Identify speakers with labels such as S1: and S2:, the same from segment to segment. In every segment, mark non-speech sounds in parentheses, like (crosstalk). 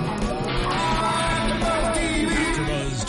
S1: AfterBuzz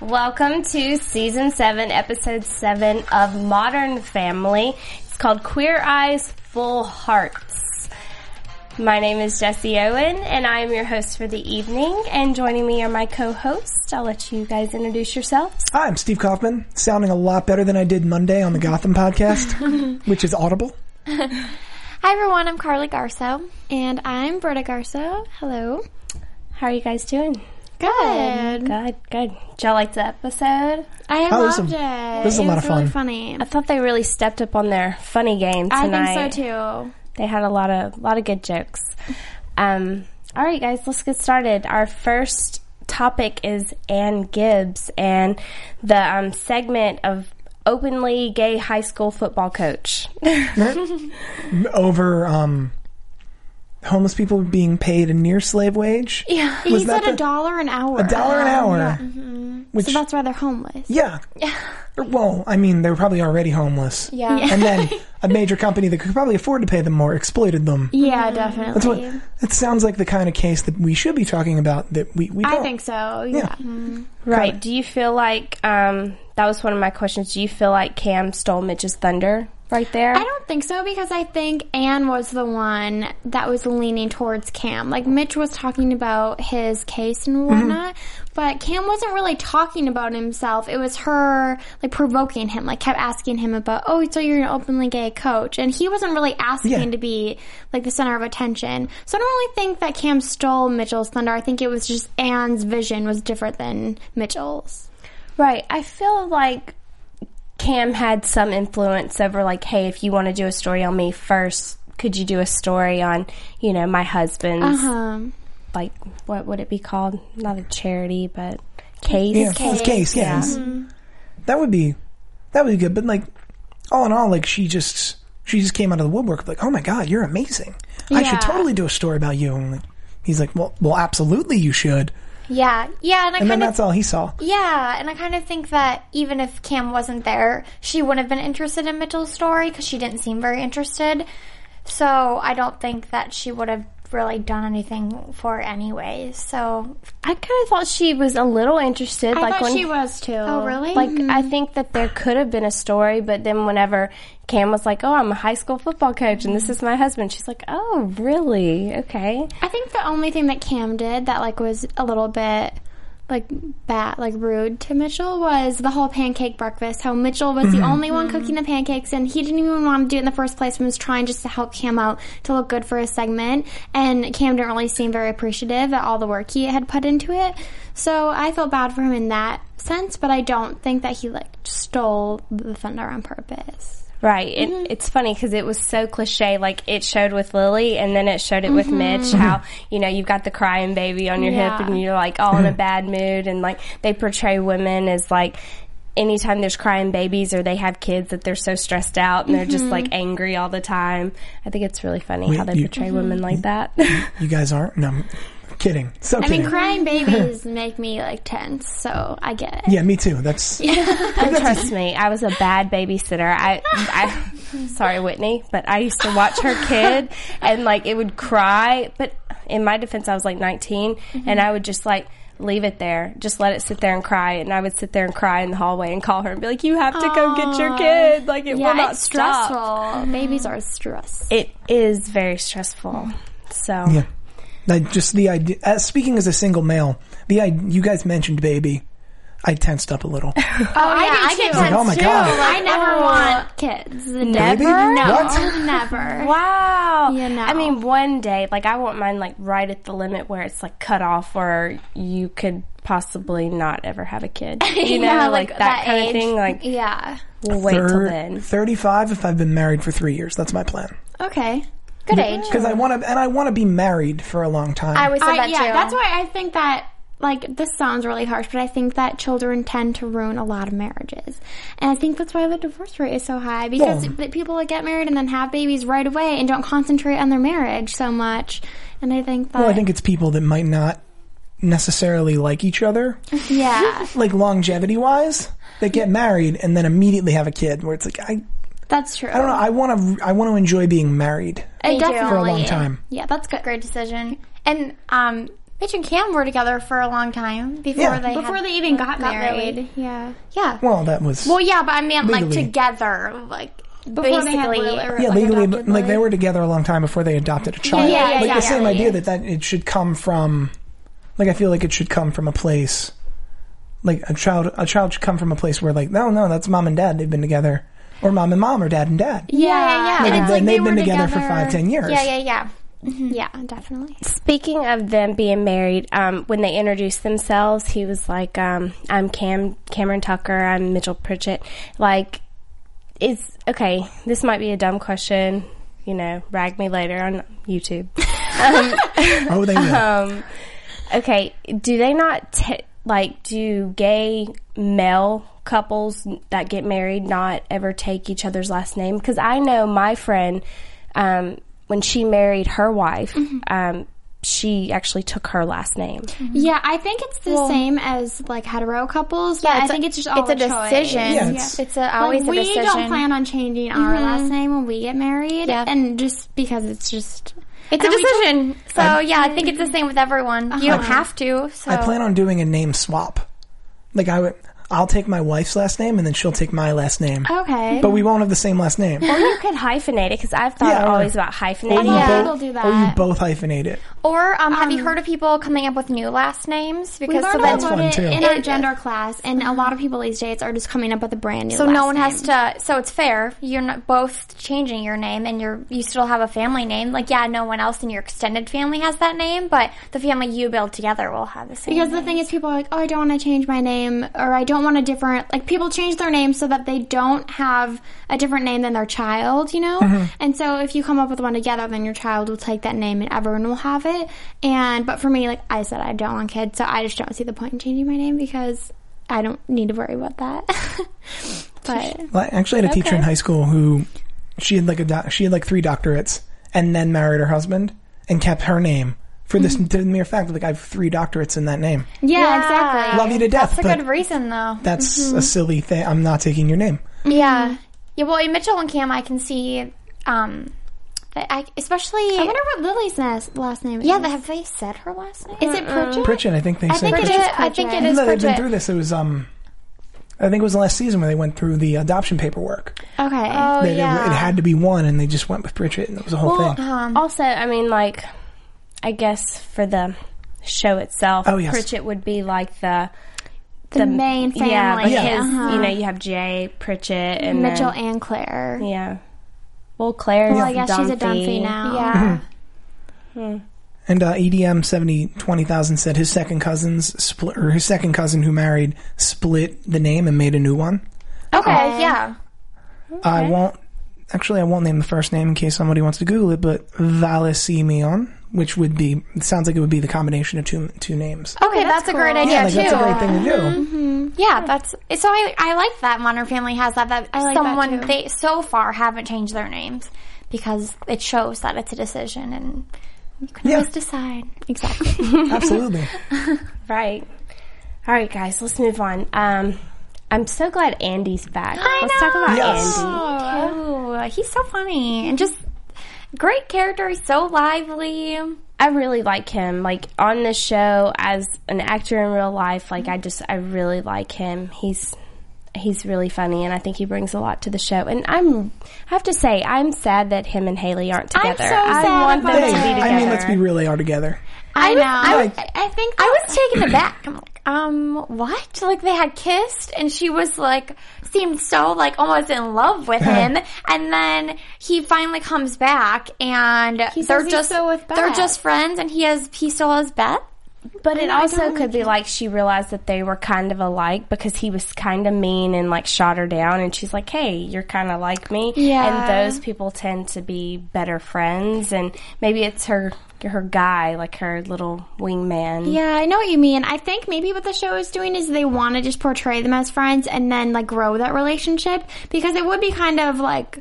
S2: Welcome to season 7, episode 7 of Modern Family. It's called Queer Eyes Full Hearts. My name is Jessie Owen and I am your host for the evening and joining me are my co-hosts. I'll let you guys introduce yourselves.
S3: Hi, I'm Steve Kaufman, sounding a lot better than I did Monday
S4: (laughs)
S3: on the Gotham podcast, which is audible.
S4: Hi everyone, I'm Carly Garso. And I'm Berta Garso. Hello.
S2: How are you guys doing?
S4: Good.
S2: Good, good. Did y'all like the episode?
S4: I
S3: Oh, this
S4: loved
S3: is a-
S4: it.
S3: this is a
S4: it
S3: lot
S4: was
S3: of
S4: really
S3: fun.
S4: funny.
S2: I thought they really stepped up on their funny game tonight.
S4: I think so too.
S2: They had a lot of lot of good jokes. Um, all right, guys, let's get started. Our first topic is Ann Gibbs and the um, segment of openly gay high school football (laughs) coach.
S3: Over um, homeless people being paid a near slave wage. (laughs)
S4: Yeah. He
S3: Was that
S4: said a
S3: the-
S4: dollar an hour. mm-hmm.
S3: A dollar an hour. Which,
S4: So that's why they're homeless. (laughs)
S3: yeah. Er, Well, I mean, they were probably already homeless.
S4: Yeah. Yeah,
S3: And
S4: (laughs)
S3: then a major company that could probably afford to pay them more exploited them.
S4: definitely.
S3: That's what, that sounds like the kind of case that we should be talking about that we, we
S4: I
S3: don't.
S4: think so. Mm-hmm. Yeah.
S2: right? Do you feel like um, that was one of my questions? Do you feel like Cam stole Mitch's thunder right there?
S4: I don't think so because I think Anne was the one that was leaning towards Cam. Like Mitch was talking about his case and
S3: Mm-hmm.
S4: whatnot, but Cam wasn't really talking about himself. It was her like provoking him, like kept asking him about, oh, so you're an openly gay coach, and he wasn't really asking
S3: Yeah.
S4: to be like the center of attention. So I don't really think that Cam stole Mitchell's thunder. I think it was just Anne's vision was different than Mitchell's.
S2: Right. I feel like Cam had some influence over, like, hey, if you want to do a story on me first, could you do a story on, you know, my husband's,
S4: Um,
S2: like, what would it be called? Not a charity, but case.
S3: Yeah, his case, yeah. That would be that would be good. But like all in all, like she just she just came out of the woodwork like, Oh my god, you're amazing. I
S4: Yeah.
S3: should totally do a story about you and like, he's like, Well well absolutely you should
S5: Yeah, yeah, and I
S3: And then
S5: kind of
S3: that's all he saw.
S5: yeah, and I kind of think that even if Cam wasn't there, she wouldn't have been interested in Mitchell's story because she didn't seem very interested. So I don't think that she would have really done anything for it anyway. So
S2: I kind of thought she was a little interested.
S4: I
S2: like
S4: thought
S2: when,
S4: she was too. Oh,
S5: really?
S2: Like, I think that there could have been a story, but then whenever Cam was like, oh, I'm a high school football coach and this is my husband, she's like, oh, really? Okay.
S4: I think the only thing that Cam did that like was a little bit like bad, like rude to Mitchell was the whole pancake breakfast. How Mitchell was
S5: Mm-hmm.
S4: the only one cooking the pancakes, and he didn't even want to do it in the first place. And was trying just to help Cam out to look good for his segment, and Cam didn't really seem very appreciative at all the work he had put into it. So I felt bad for him in that sense, but I don't think that he like stole the thunder on purpose.
S2: Right. It, It's funny because it was so cliche. Like it showed with Lily, and then it showed it with Mitch. How you know you've got the crying baby on your hip,
S4: Yeah.
S2: and you're like all in a bad mood, and like they portray women as like. Anytime there's crying babies or they have kids that they're so stressed out and they're just like angry all the time. I think it's really funny how they
S3: you-
S2: portray women like that.
S3: You guys aren't? No I'm kidding. So
S4: I
S3: kidding.
S4: mean, crying babies (laughs) make me like tense, so I get it.
S3: yeah, me too. That's
S2: Trust me, I was a bad babysitter. I, I, (laughs) sorry, Whitney, but I used to watch her kid and like it would cry. But in my defense, I was like 19 and I would just like leave it there, just let it sit there and cry. And I would sit there and cry in the hallway and call her and be like, you have to go get your kid. Like it will
S4: Yeah,
S2: not
S4: it's
S2: stop.
S4: stressful. Babies are stressed.
S2: It is very stressful. So
S3: yeah. uh, That just the idea. As, speaking as a single male, the I, you guys mentioned baby. I tensed up a (laughs) little.
S4: Oh, yeah, I,
S5: I get
S4: too.
S3: Like, oh my god.
S4: I never
S2: Oh.
S4: want kids.
S3: Baby?
S4: Never.
S3: What?
S4: (laughs) Never.
S2: Wow.
S4: You know.
S2: I mean, one day, like I want mine like right at the limit where it's like cut off where you could possibly not ever have a (laughs) kid. You know,
S5: Yeah,
S2: like,
S5: like
S2: that,
S5: that
S2: kind
S5: age.
S2: of thing. Like
S4: Yeah.
S2: we'll wait till
S3: Thir-
S2: then.
S3: 35 if I've been married for three years. That's my plan.
S4: Okay.
S5: Good age.
S3: Because I want to, and I want to be married for a long time.
S5: I always said
S4: I-
S5: that
S4: yeah,
S5: too.
S4: that's why I think that like this sounds really harsh, but I think that children tend to ruin a lot of marriages, and I think that's why the divorce rate is so high because
S3: Well-
S4: the people that get married and then have babies right away and don't concentrate on their marriage so much, and I think that
S3: well, I think it's people that might not necessarily like each other,
S4: yeah,
S3: like longevity wise, that get married and then immediately have a kid. Where it's like, I,
S4: that's true.
S3: I don't know. I want to, I want to enjoy being married
S4: I
S5: Me too.
S4: definitely
S5: For
S3: for a long time.
S4: Yeah, that's good.
S5: great decision. And um, Mitch and Cam were together for a long time before
S3: Yeah.
S5: they
S4: Before
S5: had-
S4: they even got,
S5: got
S4: married.
S5: married.
S4: yeah,
S5: yeah.
S3: Well, that was
S5: Well, yeah, but I meant like
S3: Legally.
S5: together, like
S4: Before they had
S5: basically.
S4: rela-
S3: yeah,
S4: like
S3: legally,
S4: adopted
S3: but like they
S4: life.
S3: were together a long time before they adopted a child.
S5: yeah,
S3: like
S5: yeah,
S3: the
S5: yeah,
S3: same
S5: yeah.
S3: idea that that it should come from, like I feel like it should come from a place, like a child, a child should come from a place where like, no, no, that's mom and dad. They've been together, or mom and mom, or dad and dad.
S4: yeah,
S5: yeah, yeah.
S4: And
S5: Like,
S4: it's
S3: then
S4: like they
S3: they've been
S4: were
S3: together, for five, ten years.
S5: yeah, yeah, yeah.
S4: Yeah, definitely.
S2: Speaking of them being married, um, when they introduced themselves, he was like, um, "I'm Cam Cameron Tucker. I'm Mitchell Pritchett." Like, it's okay. This might be a dumb question. You know, rag me later on YouTube.
S3: Oh, they will.
S2: um, okay, do they not t- like do gay male couples that get married not ever take each other's last name? Because I know my friend um, when she married her wife, um, she actually took her last name.
S4: Yeah, I think it's the same as like hetero couples. Yeah, I think it's just all
S5: it's a
S4: choice.
S5: decision.
S3: Yeah, it's-
S5: it's a, always
S4: Like, we
S5: a decision. Mm-hmm.
S4: don't plan on changing our last name when we get married,
S5: Yeah.
S4: and just because it's just
S5: it's a
S4: and we
S5: decision. So yeah, I think it's the same with everyone. You don't have to. So
S3: Uh-huh. I plan on doing a name swap. Like I would, I'll take my wife's last name and then she'll take my last name.
S4: okay.
S3: But we won't have the same last name. Or
S2: You could hyphenate it because I've thought
S3: Yeah, or-
S2: always about hyphenating. it.
S3: you
S4: Yeah.
S3: both-
S4: people do
S3: Or you
S4: that.
S3: both hyphenate it.
S5: Or um, have you heard of people coming up with new last names?
S4: we
S5: Because
S4: learned
S5: so
S4: about
S5: then,
S3: That's fun,
S4: it
S3: too.
S4: in our gender class, and a lot of people these days are just coming up with a brand new.
S5: Mm-hmm. so
S4: last
S5: no one
S4: name.
S5: has to. So it's fair. You're not both changing your name, and you're you still have a family name. Like yeah, no one else in your extended family has that name, but the family you build together will have the same.
S4: Because
S5: name.
S4: the thing is, people are like, oh, I don't want to change my name, or I don't want a different. Like, people change their name so that they don't have a different name than their child, you know? And so, if you come up with one together, then your child will take that name and everyone will have it. And, but for me, like I said, I don't want kids, so I just don't see the point in changing my name because I don't need to worry about that. (laughs) but,
S3: Well, I actually had a teacher in high school who she had like a doc, she had like three doctorates and then married her husband and kept her name for this
S5: Mm-hmm.
S3: the mere fact that like I have three doctorates in that name.
S4: yeah,
S5: Yeah.
S4: exactly.
S3: Love you to death,
S5: that's a
S3: but
S5: good mm-hmm. reason though.
S3: that's a silly thing. I'm not taking your name.
S5: Yeah, yeah. Well, in Mitchell and Cam, I can see. Um, that I especially.
S4: I wonder what Lily's nas- last name is.
S5: yeah, they- have they said her last name?
S4: Is it Pritchett?
S3: Pritchett, I think they
S4: I
S3: said.
S4: think it is.
S5: I think it
S4: Pritchett.
S5: is
S3: No, they've been
S5: Pritchett.
S3: through this. It was um, I think it was the last season where they went through the adoption paperwork.
S4: Okay.
S5: Oh
S3: They- they-
S5: yeah.
S3: It had to be one, and they just went with Pritchett, and it was the whole thing.
S2: also, I mean, like, I guess for the show itself,
S3: Oh, yes.
S2: Pritchett would be like the
S4: the, main family. Uh-huh.
S2: Yeah, because
S3: Yeah.
S2: you know you have Jay Pritchett and
S4: Mitchell
S2: then-
S4: and Claire.
S2: yeah. Well, Claire's
S4: Well, I guess she's a Dunphy
S2: Dunphy
S4: now.
S5: yeah.
S3: And uh, EDM seventy twenty thousand said his second cousins split, or his second cousin who married split the name and made a new one.
S5: (clears throat) Okay. Yeah.
S3: I won't actually. I won't name the first name in case somebody wants to Google it, but Valesimeon, which would be it sounds like it would be the combination of two two names.
S5: Okay, that's, a great idea
S3: yeah, like
S5: too.
S3: that's a great thing to do.
S5: Yeah, that's so. I, I like that Modern Family has that. That
S4: like that,
S5: someone
S4: too.
S5: they so far haven't changed their names because it shows that it's a decision and you can
S3: Yeah.
S5: always decide exactly.
S2: Mm-hmm. (laughs)
S3: Absolutely.
S2: Right. All right, guys, let's move on. Um, I'm so glad Andy's back.
S5: I
S2: let's talk about
S3: Yes.
S2: Andy.
S5: Oh, he's so funny and just great character. He's so lively.
S2: I really like him. Like on the show as an actor in real life, like I just I really like him. He's he's really funny and I think he brings a lot to the show. And I'm I have to say, I'm sad that him and Haley aren't together.
S5: so
S2: I
S5: sad
S2: want
S5: about
S2: them
S3: Hey,
S2: to be
S5: that.
S2: together.
S3: I mean, let's be real. They are together.
S4: I know.
S5: I, was-
S3: Like-
S5: I think I was taken aback. I'm like, um, what? Like they had kissed and she was like, seemed so like almost in love with him. And then he finally comes back and
S4: says
S5: they're
S4: he's
S5: just,
S4: still with
S5: they're
S4: Beth.
S5: just friends and he has, he still has Beth.
S2: But it also could be like she realized that they were kind of alike because he was kind of mean and like shot her down, and she's like, "Hey, you're kind of like me."
S5: Yeah.
S2: And those people tend to be better friends, and maybe it's her her guy, like her little wingman.
S4: Yeah, I know what you mean. I think maybe what the show is doing is they want to just portray them as friends and then like grow that relationship because it would be kind of like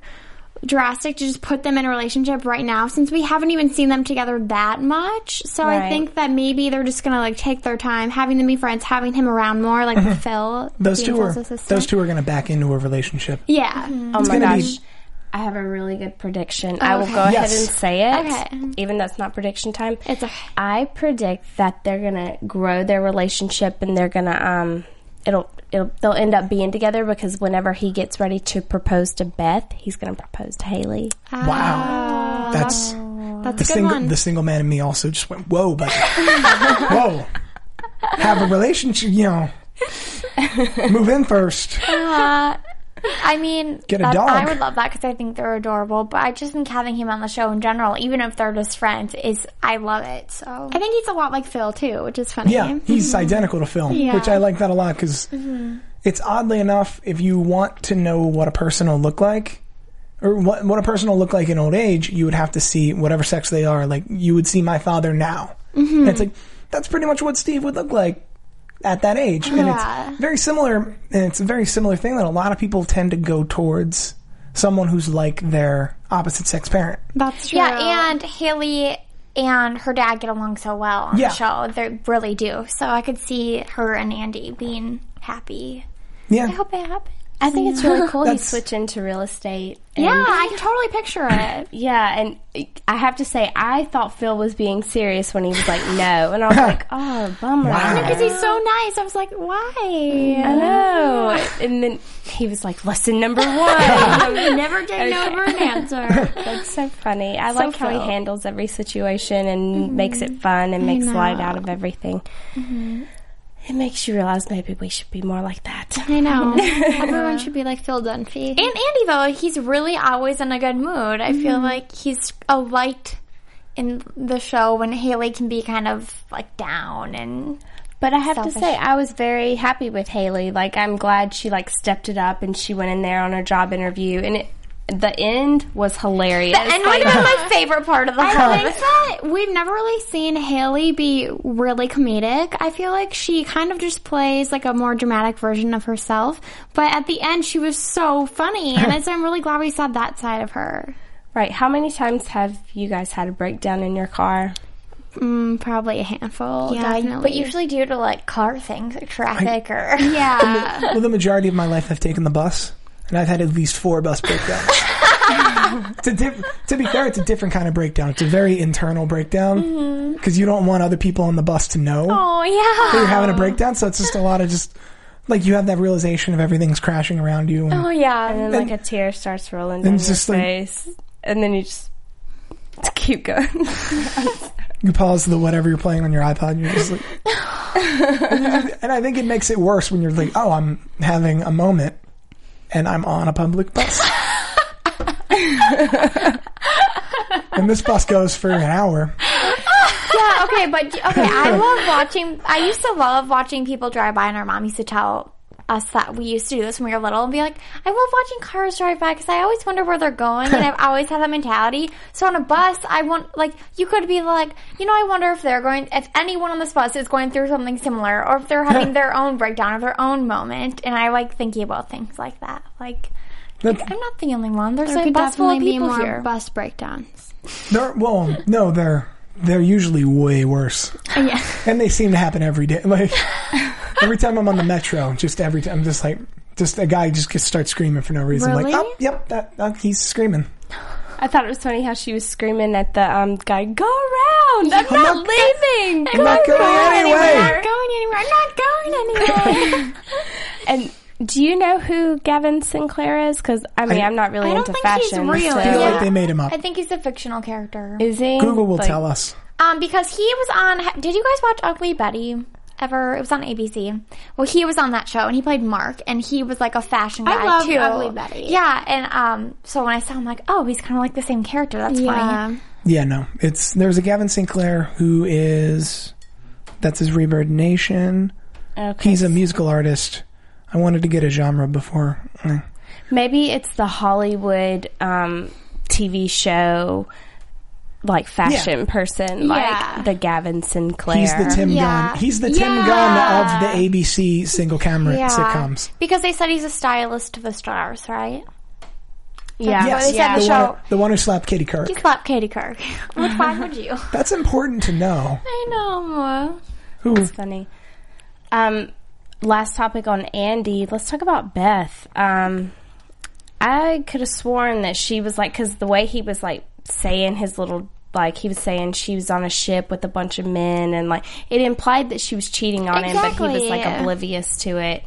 S4: drastic to just put them in a relationship right now since we haven't even seen them together that much. So I
S2: Right.
S4: think that maybe they're just gonna like take their time, having them be friends, having him around
S3: (laughs)
S4: more, like with Phil.
S3: Those
S4: being
S3: two
S4: Phil's
S3: are
S4: assistant.
S3: those Mm-hmm. two are going to back into a relationship.
S4: Yeah.
S2: Oh my
S3: gonna be-
S2: gosh. I have a really good prediction. I will
S4: okay.
S2: go ahead
S3: Yes.
S2: and say it.
S4: Okay.
S2: Even though it's not prediction time.
S4: It's okay.
S2: I predict that they're gonna grow their relationship and they're gonna um it'll it'll they'll end up being together because whenever he gets ready to propose to Beth, he's gonna propose to Haley.
S3: Wow, that's
S4: That's
S3: the
S4: a good
S3: single
S4: one.
S3: the single man in me also just went whoa, but whoa, have a relationship, you know, move in first.
S5: Uh, I mean,
S3: Get a
S5: that-
S3: dog.
S5: I would love that because I think they're adorable. But I just think having him on the show in general, even if they're just friends, is I love it. So
S4: I think he's a lot like Phil too, which is funny.
S3: Yeah, he's identical to Phil,
S4: Mm-hmm. Yeah. Mm-hmm.
S3: which I like that a lot because it's oddly enough, if you want to know what a person will look like, or what what a person will look like in old age, you would have to see whatever sex they are. Like you would see my father now.
S4: Mm-hmm.
S3: And it's like that's pretty much what Steve would look like at that age, and
S4: Yeah.
S3: it's very similar. And it's a very similar thing that a lot of people tend to go towards someone who's like their opposite sex parent.
S4: That's true.
S5: yeah, and Haley and her dad get along so well on
S3: Yeah.
S5: the show. They really do. So I could see her and Andy being happy.
S3: Yeah,
S5: I hope it happens.
S2: I think it's really cool
S3: That's-
S2: he's switching to real estate.
S4: yeah,
S2: and-
S4: I can totally picture it.
S2: Yeah, and I have to say I thought Phil was being serious when he was like no and I was (laughs) like, Oh bummer.
S4: Because he's so nice. I was like, why?
S2: I know. And then he was like, lesson number (laughs) one.
S4: I never did know for an answer.
S2: That's so Mm-hmm. funny. I like how he
S4: Phil.
S2: handles every situation and makes it fun and makes light out of everything. Mm-hmm. It makes you realize maybe we should be more like that.
S4: (laughs)
S2: (laughs)
S4: I (laughs) know. Everyone should be like Phil Dunphy.
S5: And Andy though, he's really always in a good mood. I feel like he's a light in the show when Haley can be kind of like down and
S2: But I have to
S5: Selfish.
S2: say, I was very happy with Haley. Like, I'm glad she like stepped it up and she went in there on her job interview, and it, the end was hilarious.
S5: and one of (laughs)
S4: (laughs)
S5: my favorite part of the whole
S4: I think that we've never really seen Haley be really comedic. I feel like she kind of just plays like a more dramatic version of herself. But at the end, she was so (laughs) funny, and it's, I'm really glad we saw that side of her.
S2: right? How many times have you guys had a breakdown in your car?
S4: Mm, probably a handful,
S5: Yeah,
S4: definitely.
S5: But usually due to like car things, like traffic or
S4: (laughs)
S3: (laughs)
S4: yeah.
S3: well, the majority of my life I've taken the bus, and I've had at least four bus
S5: (laughs)
S3: breakdowns. to, diff- to be fair, it's a different kind of breakdown. It's a very internal breakdown because you don't want other people on the bus to know
S5: Mm-hmm. oh yeah.
S3: that you're having a breakdown. So it's just a lot of just like you have that realization of everything's crashing around you. And
S5: Oh yeah.
S2: And then like a tear starts rolling down your
S3: it's just like-
S2: face, and then you just (laughs) keep going.
S3: You pause the whatever you're playing on your iPod. And you're just like, and I think it makes it worse when you're like, oh, I'm having a moment, and I'm on a public bus. and this bus goes for an hour.
S5: yeah, (laughs) okay, but okay,
S4: (laughs)
S5: I love watching. I used to love watching people drive by, and our mom used to tell us that we used to do this when we were little, and be like, "I love watching cars drive by because I always wonder where they're going, and
S4: (laughs)
S5: I've always had that mentality." So on a bus, I want like you could be like, you know, I wonder if they're going, if anyone on this bus is going through something similar, or if they're
S4: (laughs)
S5: having their own breakdown or their own moment, and I like thinking about things like that, like.
S3: That-
S5: I'm not the only one. There's
S4: there
S5: a
S4: could
S5: bus full
S4: definitely
S5: of
S4: be
S5: people
S4: more
S5: here.
S4: bus breakdowns.
S3: They're well, no, they're they're usually way worse,
S4: Yeah.
S3: and they seem to happen every day. Like every time I'm on the metro, just every time, I'm just like, just a guy just gets, starts screaming for no reason. Like,
S4: Really?
S3: oh, yep, that, that he's screaming.
S2: I thought it was funny how she was screaming at the um, guy, "Go around! I'm not leaving! Go
S3: not going
S2: around!"
S3: anywhere.
S4: Going anywhere? I'm not going anywhere.
S3: (laughs)
S2: And do you know who Gavin Sinclair is? Because I mean,
S3: I-
S2: I, am not really
S4: I don't
S2: into
S4: think he's
S2: fashion.
S4: real.
S2: so-
S3: I feel
S5: Yeah.
S3: like they made him up.
S5: (laughs) I think he's a fictional character.
S2: Is he?
S3: Google will
S2: Like-
S3: tell us.
S5: Um, because he was on. Did you guys watch Ugly Betty? ever. It was on ABC. Well, he was on that show and he played Mark, and he was like a fashion
S4: I
S5: guy
S4: love
S5: too.
S4: Ugly Betty.
S5: Yeah, and um, so when I saw him, like, oh, he's kind of like the same character. That's funny.
S3: Yeah, no. It's there's a Gavin Sinclair who is that's his Rebird Nation.
S2: Okay.
S3: He's a musical artist. I wanted to get a genre before. eh.
S2: Maybe it's the Hollywood um, TV show, like fashion person,
S4: Yeah.
S2: like the Gavin Sinclair.
S3: He's the Tim
S5: Yeah.
S3: Gunn. He's the Tim
S4: Yeah.
S3: Gunn of the ABC single camera
S5: Yeah.
S3: sitcoms.
S5: Because they said he's a stylist to the stars, right?
S2: yeah,
S5: Well, they said
S2: yeah.
S5: the
S3: The
S5: show-
S3: one, the one who slapped Kitty Kirk.
S5: He slapped Katie (laughs) Kirk. Which why would (laughs) you?
S3: That's important to know.
S5: I know.
S3: Who?
S2: funny. Um, last topic on Andy. Let's talk about Beth. Um, I could have sworn that she was like, because the way he was like saying his little, like he was saying she was on a ship with a bunch of men, and like it implied that she was cheating on him, but he was like
S5: Exactly.
S2: oblivious to it.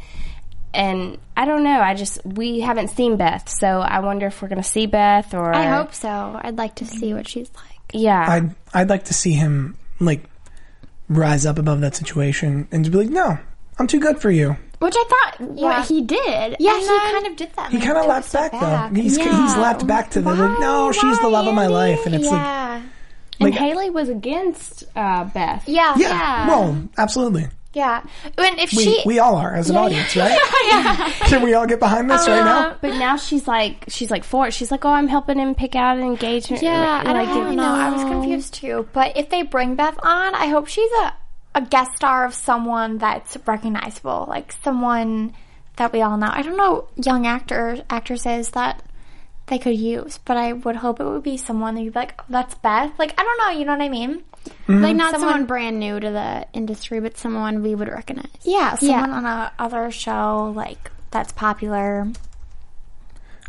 S2: And I don't know. I just we haven't seen Beth, so I wonder if we're gonna see Beth or
S4: I hope so. I'd like to see what she's like.
S2: Yeah,
S3: I'd I'd like to see him like rise up above that situation and to be like, no, I'm too good for you.
S4: Which I thought
S5: Yeah.
S4: what he did.
S5: Yeah,
S4: and
S5: he
S4: then-
S5: kind of did that.
S3: He
S5: like,
S3: kind of
S5: took
S3: lapped
S5: a
S3: back,
S5: step
S3: though. He's he's
S4: Yeah.
S3: lapped back to the like, no, she's the love of my life, and it's like,
S5: yeah.
S2: and
S3: like-
S2: Haley was against uh, Beth.
S5: yeah,
S3: yeah,
S5: yeah,
S3: well, absolutely.
S5: yeah. And if
S3: We
S5: she,
S3: we all are as an audience, right? Can we all get behind this right now?
S2: But now she's like, she's like for it. She's like, oh, I'm helping him pick out an engagement.
S5: yeah, I
S2: like,
S5: don't really know. I was confused too. But if they bring Beth on, I hope she's a a guest star of someone that's recognizable, like someone that we all know. I don't know young actor actresses that they could use, but I would hope it would be someone that you'd be like, oh, that's Beth. Like I don't know, you know what I mean?
S4: Like not someone,
S5: Someone-
S4: brand new to the industry, but someone we would recognize.
S5: Yeah,
S4: Yeah.
S5: someone on a other show like that's popular.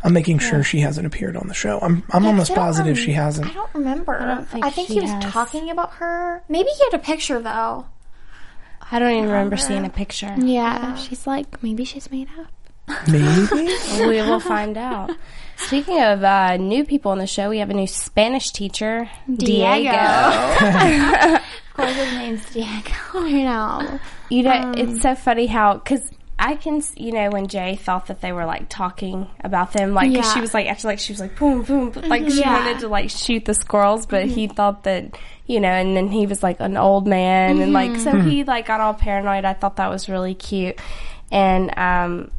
S3: I'm making sure she hasn't appeared on the show. I'm I'm almost
S5: I don't
S3: positive
S5: rem-
S3: she hasn't.
S5: I don't remember. I,
S2: don't think
S5: think,
S2: she
S5: he was
S2: has.
S5: talking about her. Maybe he had a picture though.
S2: I don't even remember seeing a picture.
S4: Yeah, she's like maybe she's made up.
S3: Maybe.
S2: we (laughs) will find out. Speaking of uh, new people on the show, we have a new Spanish teacher, Diego.
S5: Of course, his name's Diego. (laughs)
S4: I know.
S2: You know,
S4: Um,
S2: it's so funny how because. I can, s- you know, when Jay thought that they were like talking about them, like 'cause
S4: Yeah. Mm-hmm,
S2: she was like, after like she was like, boom, boom, boom, like she
S4: Yeah. Mm-hmm.
S2: wanted to like shoot the squirrels, but he thought that, you know, and then he was like an old man, and like so
S4: Mm-hmm.
S2: he like got all paranoid. I thought that was really cute, and um,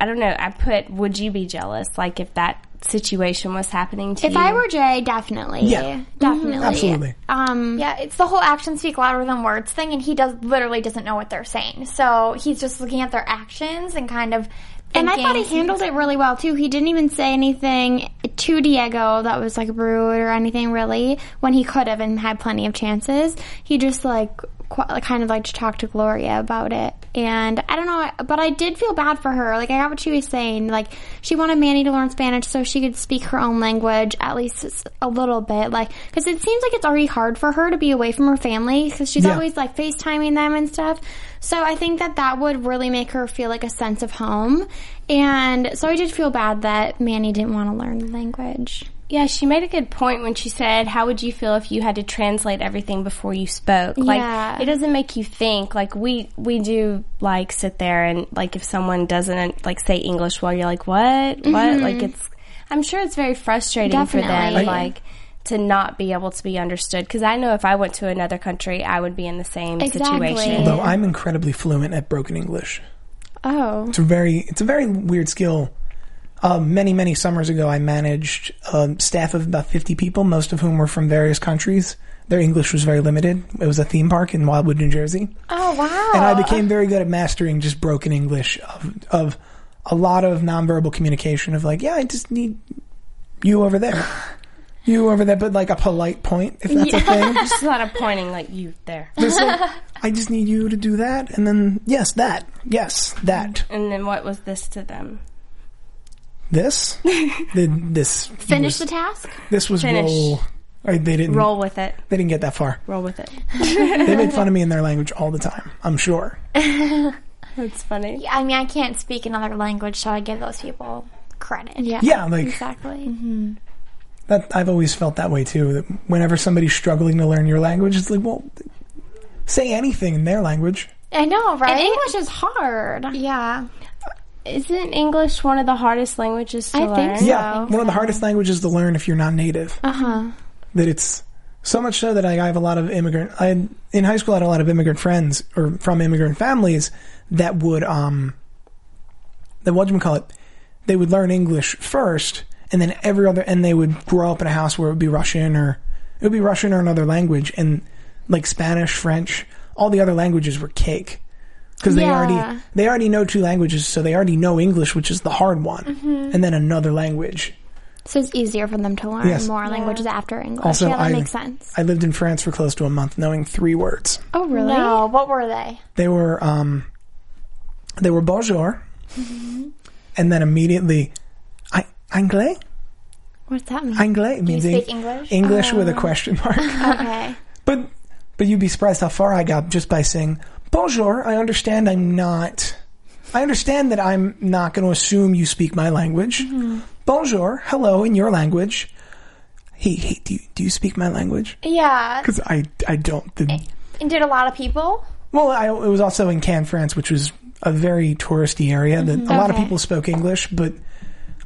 S2: I don't know. I put, would you be jealous, like if that situation was happening to
S4: If
S2: you?
S4: I were Jay, definitely. Mm-hmm.
S3: Yeah.
S4: Definitely.
S3: Absolutely.
S4: Um
S5: Yeah, it's the whole actions speak louder than words thing, and he does literally doesn't know what they're saying. So he's just looking at their actions and kind of.
S4: and I
S5: thinking-
S4: thought he handled it really well too. He didn't even say anything to Diego that was like rude or anything really when he could have and had plenty of chances. He just like qu- like, kind of like to talk to Gloria about it. And I don't know, but I did feel bad for her. Like I got what she was saying. Like she wanted Manny to learn Spanish so she could speak her own language at least s- a little bit. Like because it seems like it's already hard for her to be away from her family because she's
S3: Yeah.
S4: always like FaceTiming them and stuff. So I think that that would really make her feel like a sense of home. And so I did feel bad that Manny didn't want to learn the language.
S2: Yeah, she made a good point when she said, "How would you feel if you had to translate everything before you spoke?" Like
S4: Yeah.
S2: it doesn't make you think. Like we we do like sit there and like if someone doesn't like say English well, you're like, "What? What?" Like it's I'm sure it's very frustrating for them
S4: Mm-hmm. Definitely.
S2: like to not be able to be understood cuz I know if I went to another country, I would be in the same
S4: Exactly.
S2: situation.
S3: Although I'm incredibly fluent at broken English.
S4: Oh.
S3: It's a very it's a very weird skill. Uh, many many summers ago, I managed a staff of about fifty people, most of whom were from various countries. Their English was very limited. It was a theme park in Wildwood, New Jersey,
S5: Oh wow!
S3: and I became very good at mastering just broken English of of a lot of nonverbal communication. Of like, yeah, I just need you
S5: (sighs)
S3: over there, you over there, but like a polite point if that's a thing.
S2: Just a lot of pointing like you there.
S3: Just
S4: (laughs)
S3: like, I just need you to do that, and then yes, that, yes, that,
S2: And then what was this to them?
S3: this, then this, was-
S4: Finish the task?
S3: this was
S2: finish.
S3: roll. Or they didn't.
S2: Roll with it.
S3: They didn't get that far.
S2: Roll with it.
S3: They made fun of me in their language all the time. I'm sure.
S2: That's funny.
S5: I mean, I can't speak another language, so I give those people credit.
S4: Yeah. Mm-hmm.
S3: Yeah, like
S4: Exactly.
S3: that. I've always felt that way too. That whenever somebody's struggling to learn your language, it's like, well, say anything in their language.
S5: I know, right?
S4: And English is hard.
S5: Yeah.
S2: Isn't English one of the hardest languages to
S4: I
S2: learn?
S4: think so.
S3: Yeah, one of the hardest languages to learn if you're not native.
S4: Uh huh.
S3: That it's so much so that I, I have a lot of immigrant. I had- in high school I had a lot of immigrant friends or from immigrant families that would um that what call it? They would learn English first, and then every other, and they would grow up in a house where it would be Russian or it would be Russian or another language, and like Spanish, French, all the other languages were cake because they
S4: Yeah.
S3: already they already know two languages, so they already know English, which is the hard one,
S4: Mm-hmm.
S3: and then another language.
S4: So it's easier for them to learn
S3: Yes.
S4: more languages after English.
S3: Also,
S4: yeah, that
S3: I-
S4: makes sense.
S3: I lived in France for close to a month, knowing three words.
S4: Oh, really?
S5: No, what were they?
S3: They were um, they were bonjour,
S4: Mm-hmm.
S3: and then immediately, I anglais
S4: What's that mean?
S3: anglais
S5: Do you
S3: means
S5: speak English? Oh.
S3: English with a question
S5: (laughs)
S3: mark.
S5: Okay.
S3: but but you'd be surprised how far I got just by saying bonjour. I understand I'm not. I understand that I'm not going to assume you speak my language.
S5: Mm-hmm.
S3: Bonjour, hello in your language. Hey, hey, do you, do you speak my language?
S5: Yeah.
S3: Because I I don't. The,
S5: And did a lot of people?
S3: Well, I, it was also in Cannes, France, which was a very touristy area that a lot of
S4: Okay.
S3: people spoke English, but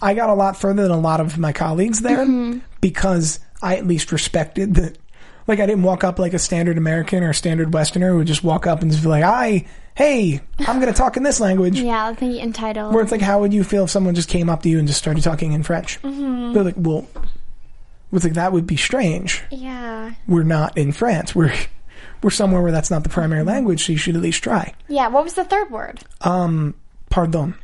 S3: I got a lot further than a lot of my colleagues there because I at least respected that. Like, I didn't walk up like a standard American or a standard Westerner who would just walk up and just be like, I, hey, I'm going to talk in this language.
S4: Yeah, I think you're entitled.
S3: Where it's like, how would you feel if someone just came up to you and just started talking in French?
S5: Mm-hmm.
S3: They're like, well, it's like, that would be strange
S5: Yeah.
S3: we're not in France. We're we're somewhere where that's not the primary
S5: Mm-hmm.
S3: language, so you should at least try.
S5: Yeah. What was the third word?
S3: Um, pardon.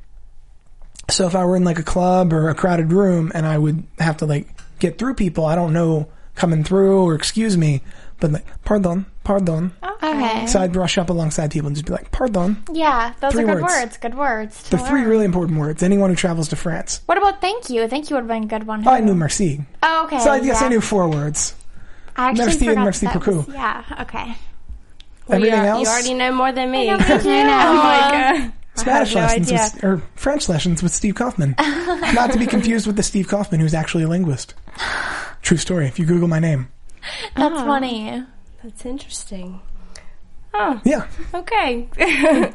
S3: So if I were in like a club or a crowded room and I would have to like get through people, I don't know coming through or excuse me, but like pardon, pardon.
S4: okay.
S3: So I'd rush up alongside people and just be like pardon.
S5: Oh. Yeah. Those
S3: Three
S5: are good
S3: words.
S5: words. Good words. to
S3: The three
S5: learn.
S3: really important words. Anyone who travels to France,
S5: What about thank you? Thank you would have been a good one.
S3: I knew merci.
S5: Oh, okay.
S3: So I guess
S5: yeah.
S3: I knew four words.
S5: I actually
S3: merci and
S5: forgot
S3: merci
S5: that was-
S3: beaucoup.
S5: Yeah. (laughs) Okay.
S3: Everything
S2: you, are-
S3: else,
S2: you already know more than me.
S5: I
S2: Like, uh,
S3: Spanish
S2: I have no
S3: lessons
S2: idea.
S3: with, or French lessons with Steve Kaufman. Not to be confused with the Steve Kaufman who's actually a linguist. True story. If you Google my name,
S5: That's funny.
S2: (laughs) That's interesting. Oh,
S3: yeah.
S2: okay.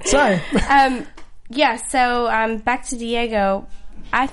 S3: Sorry.
S2: um, yeah. So um, back to Diego. I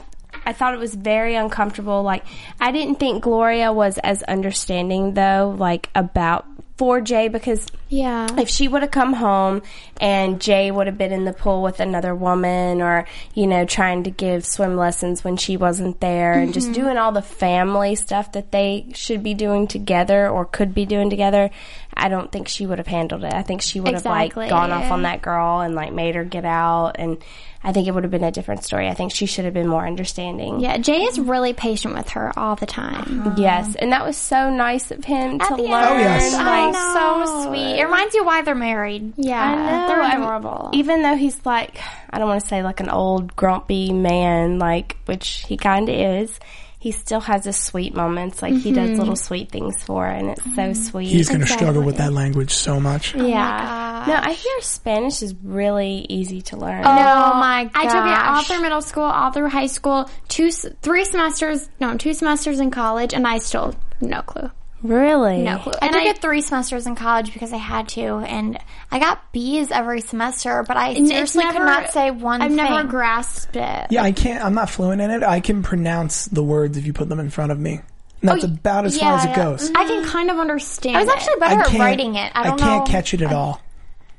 S2: I thought it was very uncomfortable. Like I didn't think Gloria was as understanding though. Like about for Jay because
S4: yeah.
S2: if she would have come home and Jay would have been in the pool with another woman or, you know, trying to give swim lessons when she wasn't there and
S4: Mm-hmm.
S2: just doing all the family stuff that they should be doing together or could be doing together, I don't think she would have handled it. I think she would
S4: Exactly.
S2: have like gone off on that girl and like made her get out and I think it would have been a different story. I think she should have been more understanding.
S4: yeah, Jay is really patient with her all the time.
S5: Uh-huh.
S2: Yes. And that was so nice of him to learn.
S3: Oh, yes.
S2: like,
S5: so sweet. It reminds you why they're married.
S4: Yeah,
S2: know,
S4: they're
S2: I'm-
S4: adorable.
S2: even though he's like I don't want to say like an old grumpy man like which he kind of is he still has his sweet moments like he does little sweet things for her and it's so sweet
S3: He's going to struggle with that language so much.
S2: yeah no I hear Spanish is really easy to learn
S4: No,
S5: Oh my
S4: I took it all
S5: gosh.
S4: through middle school, all through high school, two, s- three semesters, no, two semesters in college, and I still no clue,
S2: really
S4: no clue.
S5: I
S4: and
S5: took
S4: I,
S5: it three semesters in college because I had to, and I got B's every semester. But I
S4: it's
S5: seriously
S4: never-
S5: could not say one
S4: I've
S5: thing.
S4: never grasped it.
S3: Yeah, I can't. I'm not fluent in it. I can pronounce the words if you put them in front of me. And that's
S4: Oh, y-
S3: about as
S5: yeah,
S3: far as it
S5: yeah.
S3: goes.
S4: I can kind of understand.
S5: I was actually better at
S3: can't-
S5: writing it. I don't
S3: can't
S5: know.
S3: catch it at all.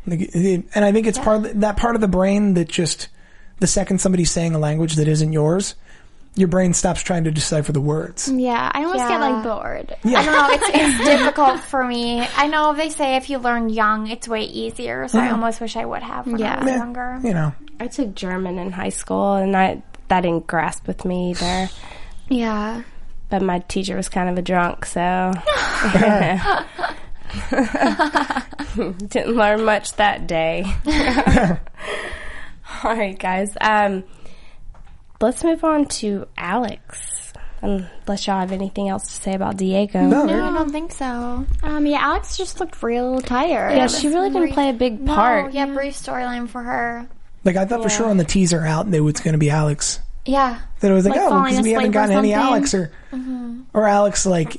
S3: Like, it- it- And I think it's part of, that part of the brain that just the second somebody's saying a language that isn't yours, your brain stops trying to decipher the words.
S4: it. Yeah, I almost get
S5: Yeah.
S4: like bored.
S5: I don't know. It's, it's difficult for me. I know they say if you learn young, it's way easier. So I almost wish I would have when I
S4: Yeah.
S5: was
S3: Eh,
S5: younger.
S3: You know,
S2: I took German in high school and I that didn't grasp with me either
S4: Yeah,
S2: but my teacher was kind of a drunk so (laughs) didn't learn much that day. (laughs) All right, guys. Um, let's move on to Alex. Unless y'all have anything else to say about Diego.
S3: no,
S5: I don't think so.
S4: um, yeah. Alex just looked real tired.
S2: Yeah, she really didn't play a big part.
S5: Oh, yeah, brief storyline for her.
S3: like I thought for sure on the teaser out that it was going to be Alex.
S5: Yeah.
S3: That it was like,
S4: Like
S3: oh,
S4: falling
S3: because we haven't
S4: asleep or
S3: gotten any
S4: something. Mm-hmm.
S3: Alex or or Alex like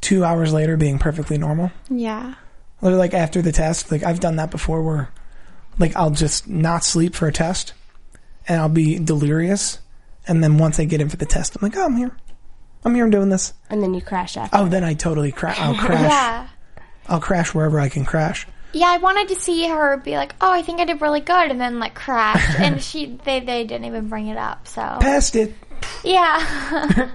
S3: two hours later being perfectly normal.
S4: yeah.
S3: Or like after the test, like I've done that before where like I'll just not sleep for a test and I'll be delirious. And then once I get in for the test, I'm like, oh, I'm here. I'm here. I'm doing this.
S2: and then you crash after.
S3: Oh, then I totally
S4: (laughs)
S3: crash. I'll (laughs) crash.
S5: Yeah.
S3: I'll crash wherever I can crash.
S5: Yeah, I wanted to see her be like, "Oh, I think I did really good," and then like (laughs) crash, and she they they didn't even bring it up. So
S3: Passed it.
S5: (laughs) yeah,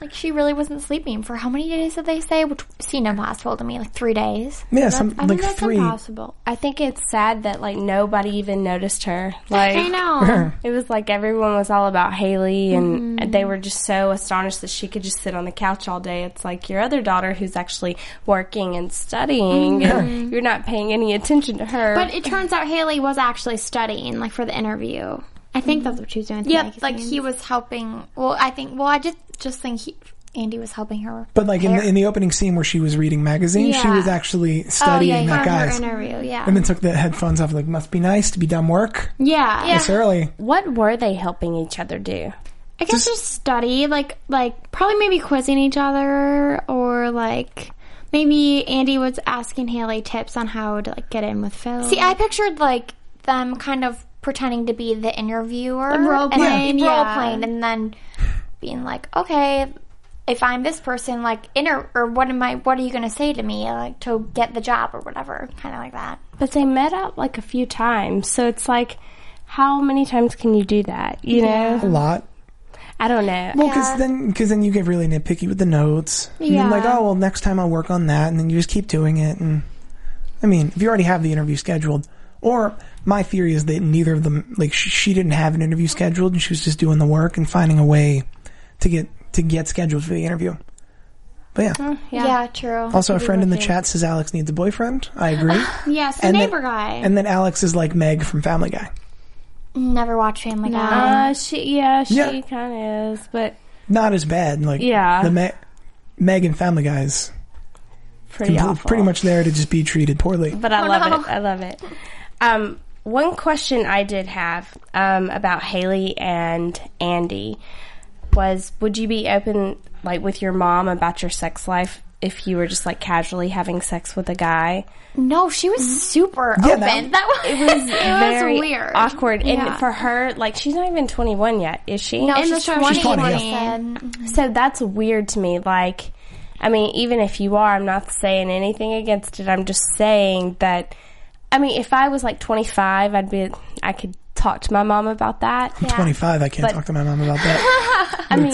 S5: like she really wasn't sleeping for how many days did they say? Which seemed impossible to me, like three days.
S3: Yeah, some,
S4: I mean,
S3: like
S4: that's
S3: three.
S4: impossible.
S2: I think it's sad that like nobody even noticed her.
S5: (laughs)
S2: Like
S4: I know.
S2: It was like everyone was all about Haley, and they were just so astonished that she could just sit on the couch all day. It's like your other daughter who's actually working and studying, and you're not paying any attention to her.
S4: but it turns out Haley was actually studying, like for the interview. I think that's what she was doing. with the
S5: Yep,
S4: magazine.
S5: like he was helping. Well, I think. Well, I just just think he Andy was helping her.
S3: But like in the, in the opening scene where she was reading magazines, she
S4: Yeah.
S3: was actually studying that
S4: yeah, from her
S3: guy's.
S4: interview. Yeah,
S3: and then took the headphones off. Like, must be nice to be done
S4: (laughs)
S3: work
S4: yeah,
S5: Yeah.
S3: this early.
S2: what were they helping each other do?
S4: I guess just, study, like like probably maybe quizzing each other or like maybe Andy was asking Haley tips on how to like get in with Phil.
S5: See, I pictured like them kind of pretending to be the interviewer,
S4: role playing,
S5: and then
S4: yeah.
S5: role playing, and then being like, okay, if I'm this person, like, inter or what am I? What are you going to say to me, like, to get the job or whatever, kind of like that.
S2: But they met up like a few times, so it's like, how many times can you do that? You
S3: A
S4: Uh-huh.
S2: know,
S3: lot.
S2: I don't know.
S3: Well, because then, cause then you get really nitpicky with the notes. And then
S4: Yeah.
S3: like, oh, well, next time I'll work on that. And then you just keep doing it. And I mean, if you already have the interview scheduled, or my theory is that neither of them, like, she, she didn't have an interview scheduled and she was just doing the work and finding a way to get, to get scheduled for the interview. But yeah.
S4: Mm-hmm.
S5: Yeah, true.
S3: also, a friend in the chat says Alex needs a boyfriend. I agree.
S4: (laughs) yes, the
S3: And then-
S4: neighbor guy.
S3: and then Alex is like Meg from Family Guy.
S5: Never watch
S4: Oh
S5: Family Guy.
S2: Uh, she, yeah, she
S3: Yeah.
S2: kind of is, but
S3: Not as bad. Like,
S2: Yeah.
S3: The Me- Meg and Family Guy is
S2: pretty
S3: Comple-
S2: awful.
S3: pretty much there to just be treated poorly.
S2: but I
S5: Oh,
S2: love
S5: no.
S2: it. I love it. (laughs) Um, one question I did have um, about Haley and Andy was: Would you be open, like, with your mom about your sex life if you were just like casually having sex with a guy?
S5: no, she was super
S3: Yeah,
S5: open.
S3: that-
S5: That, was (laughs) it was,
S2: Very
S4: weird.
S2: awkward,
S4: Yeah.
S2: and for her, like, she's not even twenty-one yet, is she?
S5: No,
S4: In the
S5: she's
S4: show,
S5: twenty.
S4: she's
S3: 20,
S5: they
S4: yeah.
S5: said.
S2: So that's weird to me. Like, I mean, even if you are, I'm not saying anything against it. I'm just saying that. I mean, if I was like 25, I'd be. I could talk to my mom about that.
S3: I'm 25. I can't
S2: But-
S3: talk to my mom about that. (laughs)
S2: I mean,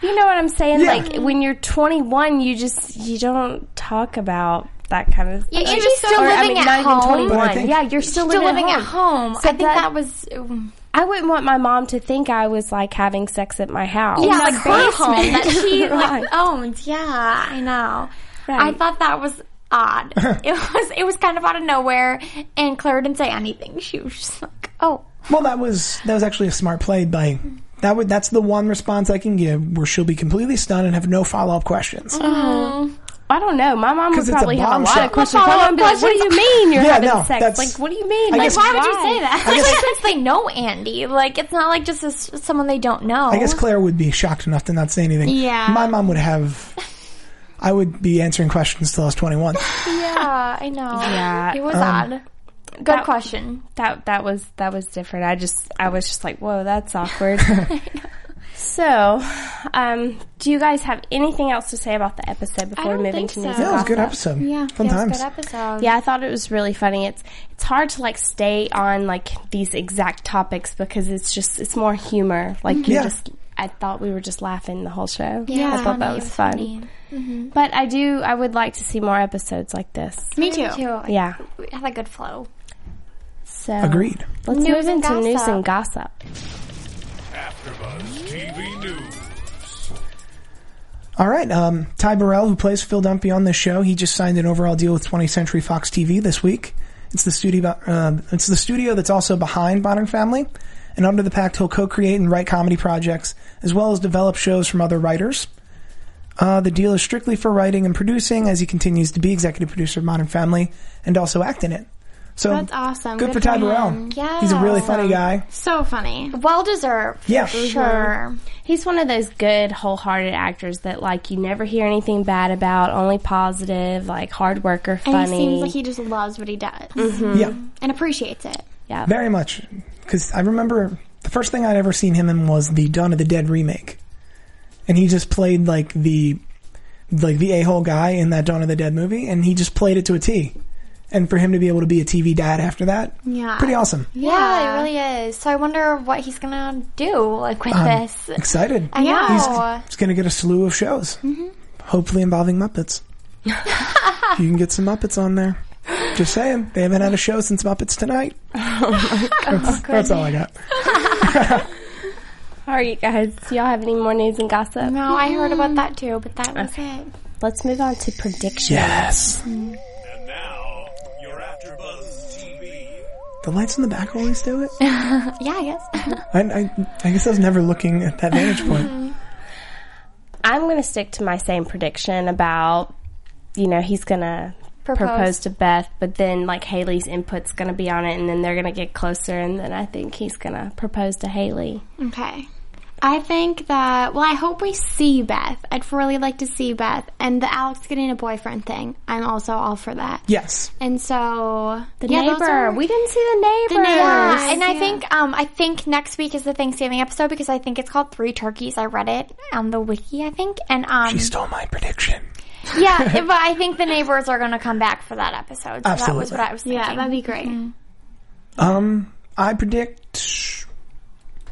S2: you know what I'm saying?
S3: Yeah.
S2: Like when you're 21, you just you don't talk about that kind of.
S5: Yeah,
S2: like,
S5: and she's still
S2: or, I
S5: living
S2: mean,
S5: at
S2: not even
S5: home.
S2: 21.
S3: But I think-
S2: yeah, you're still,
S5: Still
S2: living,
S5: living at home. I think
S2: that-
S5: that, was um,
S2: I wouldn't want my mom to think I was like having sex at my house.
S5: yeah,
S4: my
S5: like her home
S4: basement.
S5: that she
S2: Right.
S5: like owned. Yeah, I know. I
S2: Right.
S5: thought that was odd. it was it was kind of out of nowhere, and Claire didn't say anything. She was just like, "Oh,
S3: well, that was that was actually a smart play by that. Would that's the one response I can give where she'll be completely stunned and have no follow up questions.
S2: Mm-hmm. I don't know. My mom
S3: 'Cause
S2: would
S3: it's a
S2: probably have a lot
S3: bombshell.
S2: of questions. My
S5: Follow-up
S2: mom would be like, "What do you mean you're
S3: Yeah,
S2: having
S3: no,
S2: sex?
S3: that's-
S2: Like, what do you mean?
S3: I
S2: like,
S3: guess-
S5: why would you say that?" (laughs) Especially since they know Andy. Like, it's not like just as someone they don't know.
S3: I guess Claire would be shocked enough to not say anything.
S4: Yeah.
S3: my mom
S2: (laughs)
S3: would have. I would be answering questions till I was
S5: (laughs)
S3: 21.
S5: yeah, I know.
S2: Yeah,
S5: it was odd. Good question.
S2: That that was that was different. I just I was just like, whoa, that's
S3: (laughs)
S2: awkward. so, um, do you guys have anything else to say about the episode before
S4: don't
S2: moving
S4: think
S2: to
S4: so.
S2: news?
S3: That was a
S2: wrap-up?
S3: good episode.
S4: Yeah,
S3: fun
S4: that was
S3: times.
S5: Good episode.
S2: Yeah, I thought it was really funny. It's it's hard to like stay on like these exact topics because it's just it's more humor. Like you
S3: Yeah.
S2: are just I thought we were just laughing the whole show.
S5: Yeah,
S2: I
S5: it was funny,
S2: thought that
S5: it
S2: was,
S5: was
S2: fun.
S5: funny. Mm-hmm.
S2: But I do I would like to see more episodes like this.
S4: me too.
S5: Me too.
S2: Yeah.
S5: We had a good flow.
S2: So
S3: Agreed.
S2: Let's
S5: News
S2: move
S5: and
S2: into news
S5: gossip.
S2: and gossip.
S1: AfterBuzz TV News.
S3: All right, um, Ty Burrell, who plays Phil Dumpy on this show, he just signed an overall deal with 20th Century Fox TV this week. It's the studio. Uh, it's the studio that's also behind Modern Family, and under the pact, he'll co-create and write comedy projects as well as develop shows from other writers. Uh, the deal is strictly for writing and producing, as he continues to be executive producer of Modern Family and also act in it. So
S4: That's awesome.
S3: Good, for
S4: Good
S3: Ty
S4: for
S3: Burrell.
S4: him.
S5: Yeah.
S3: he's a really funny guy.
S4: So funny.
S5: Well deserved.
S3: Yeah.
S5: For sure.
S2: He's one of those good, wholehearted actors that like you never hear anything bad about, only positive, like hard worker,
S4: And
S2: funny.
S4: he seems like he just loves what he does
S5: Mm-hmm.
S3: Yeah,
S4: and appreciates it.
S2: yeah.
S3: very much. Because I remember the first thing I'd ever seen him in was the Dawn of the Dead remake, and he just played like the like the a hole guy in that Dawn of the Dead movie, and he just played it to a T. And for him to be able to be a TV dad after that,
S4: Yeah.
S3: pretty awesome.
S5: Yeah, it really is. So I wonder what he's gonna do like with
S3: I'm
S5: this.
S3: excited.
S5: I Mm-hmm. know.
S3: He's, he's going to get a slew of shows, hopefully
S5: (laughs)
S3: involving Muppets. you can get some Muppets on there. Just saying, they haven't had a show since Muppets
S5: (laughs)
S3: Tonight.
S5: Oh
S3: that's, that's all I got.
S2: All right, you guys. Do y'all have any more news and gossip?
S5: no, I heard about that too, but that was it.
S2: Let's move on to predictions.
S3: Yes,
S1: And now, your AfterBuzz TV.
S3: the lights in the back always
S4: (laughs)
S3: do it.
S5: Yeah, I guess.
S3: I, I, I guess I was never looking at that vantage
S4: (laughs)
S3: point.
S2: I'm going to stick to my same prediction about, you know, he's going to
S5: Propose.
S2: propose. to Beth, but then like Haley's input's going to be on it, and then they're going to get closer, and then I think he's going to propose to Haley.
S4: Okay. I think that, well, I hope we see Beth. I'd really like to see Beth. And the Alex getting a boyfriend thing, I'm also all for that.
S3: Yes,
S4: And so, the
S2: neighbor, we didn't see the neighbor.
S5: Yeah,
S4: neighbors.
S5: and I think um I think next week is the Thanksgiving episode because I think it's called Three Turkeys. I read it on the wiki, I think, and um
S3: she stole my prediction.
S5: yeah, but I think the neighbors are going to come back for that episode. So that was
S3: Absolutely.
S5: what I was thinking.
S4: Yeah, that'd be great.
S3: Um, I predict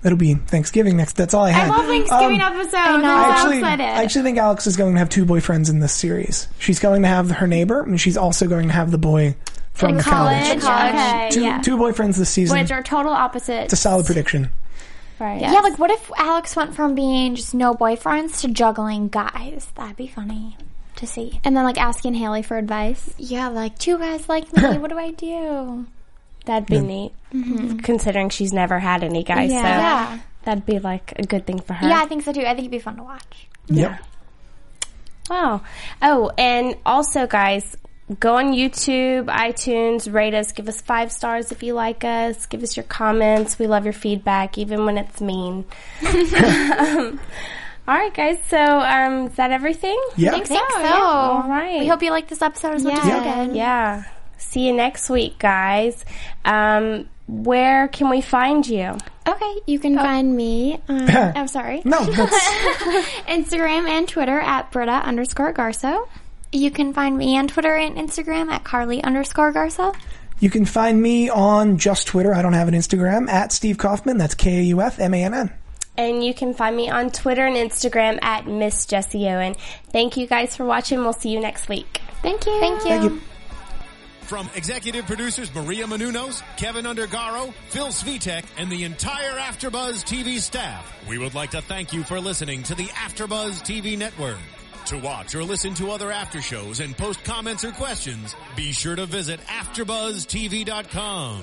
S3: it'll be Thanksgiving next. That's all I
S4: I
S3: had.
S4: love Thanksgiving
S3: Um,
S4: episodes. I'm so
S3: actually,
S4: excited.
S3: I actually think Alex is going to have two boyfriends in this series. She's going to have her neighbor, and she's also going to have the boy from the college.
S4: College,
S2: college.
S4: Okay,
S3: Two,
S4: yeah.
S3: two boyfriends this season.
S4: Which are total opposites.
S3: it's a solid prediction.
S2: Right.
S5: Yeah, like what if Alex went from being just no boyfriends to juggling guys? That'd be funny to see.
S4: and then, like, asking Haley for advice.
S5: Yeah, like two guys like
S4: (laughs)
S5: me. what do I do?
S2: That'd be neat, considering she's never had any guys.
S4: Yeah.
S2: So
S5: Yeah,
S2: that'd be like a good thing for her.
S5: yeah, I think so too. I think it'd be fun to watch.
S3: Yep.
S2: Wow. Oh, and also, guys, go on YouTube, iTunes, rate us, give us five stars if you like us, give us your comments. We love your feedback, even when
S5: (laughs)
S2: it's mean. Um, all right, guys. So, um, is that everything?
S3: Yep.
S5: I think so.
S2: All right.
S5: We hope you like this episode as much as
S4: Yeah.
S5: we did.
S2: yeah. See you next week, guys. Um, where can we find you?
S4: Okay, you can
S5: Oh.
S4: find me
S5: (coughs)
S4: on, I'm sorry,
S3: No,
S4: (laughs)
S3: that's,
S4: Instagram and Twitter at Britta underscore Garso.
S5: You can find me on Twitter and Instagram at Carly underscore Garza.
S3: you can find me on just Twitter. I don't have an Instagram at Steve Kaufman. That's K A U F M A N N.
S2: And you can find me on Twitter and Instagram at Miss Jessie Owen. Thank you guys for watching. We'll see you next week.
S4: Thank you.
S5: Thank you.
S3: Thank you.
S1: From executive producers Maria Menounos, Kevin Undergaro, Phil Svitek, and the entire AfterBuzz TV staff, we would like to thank you for listening to the AfterBuzz TV network. To watch or listen to other after shows and post comments or questions, be sure to visit AfterBuzzTV.com.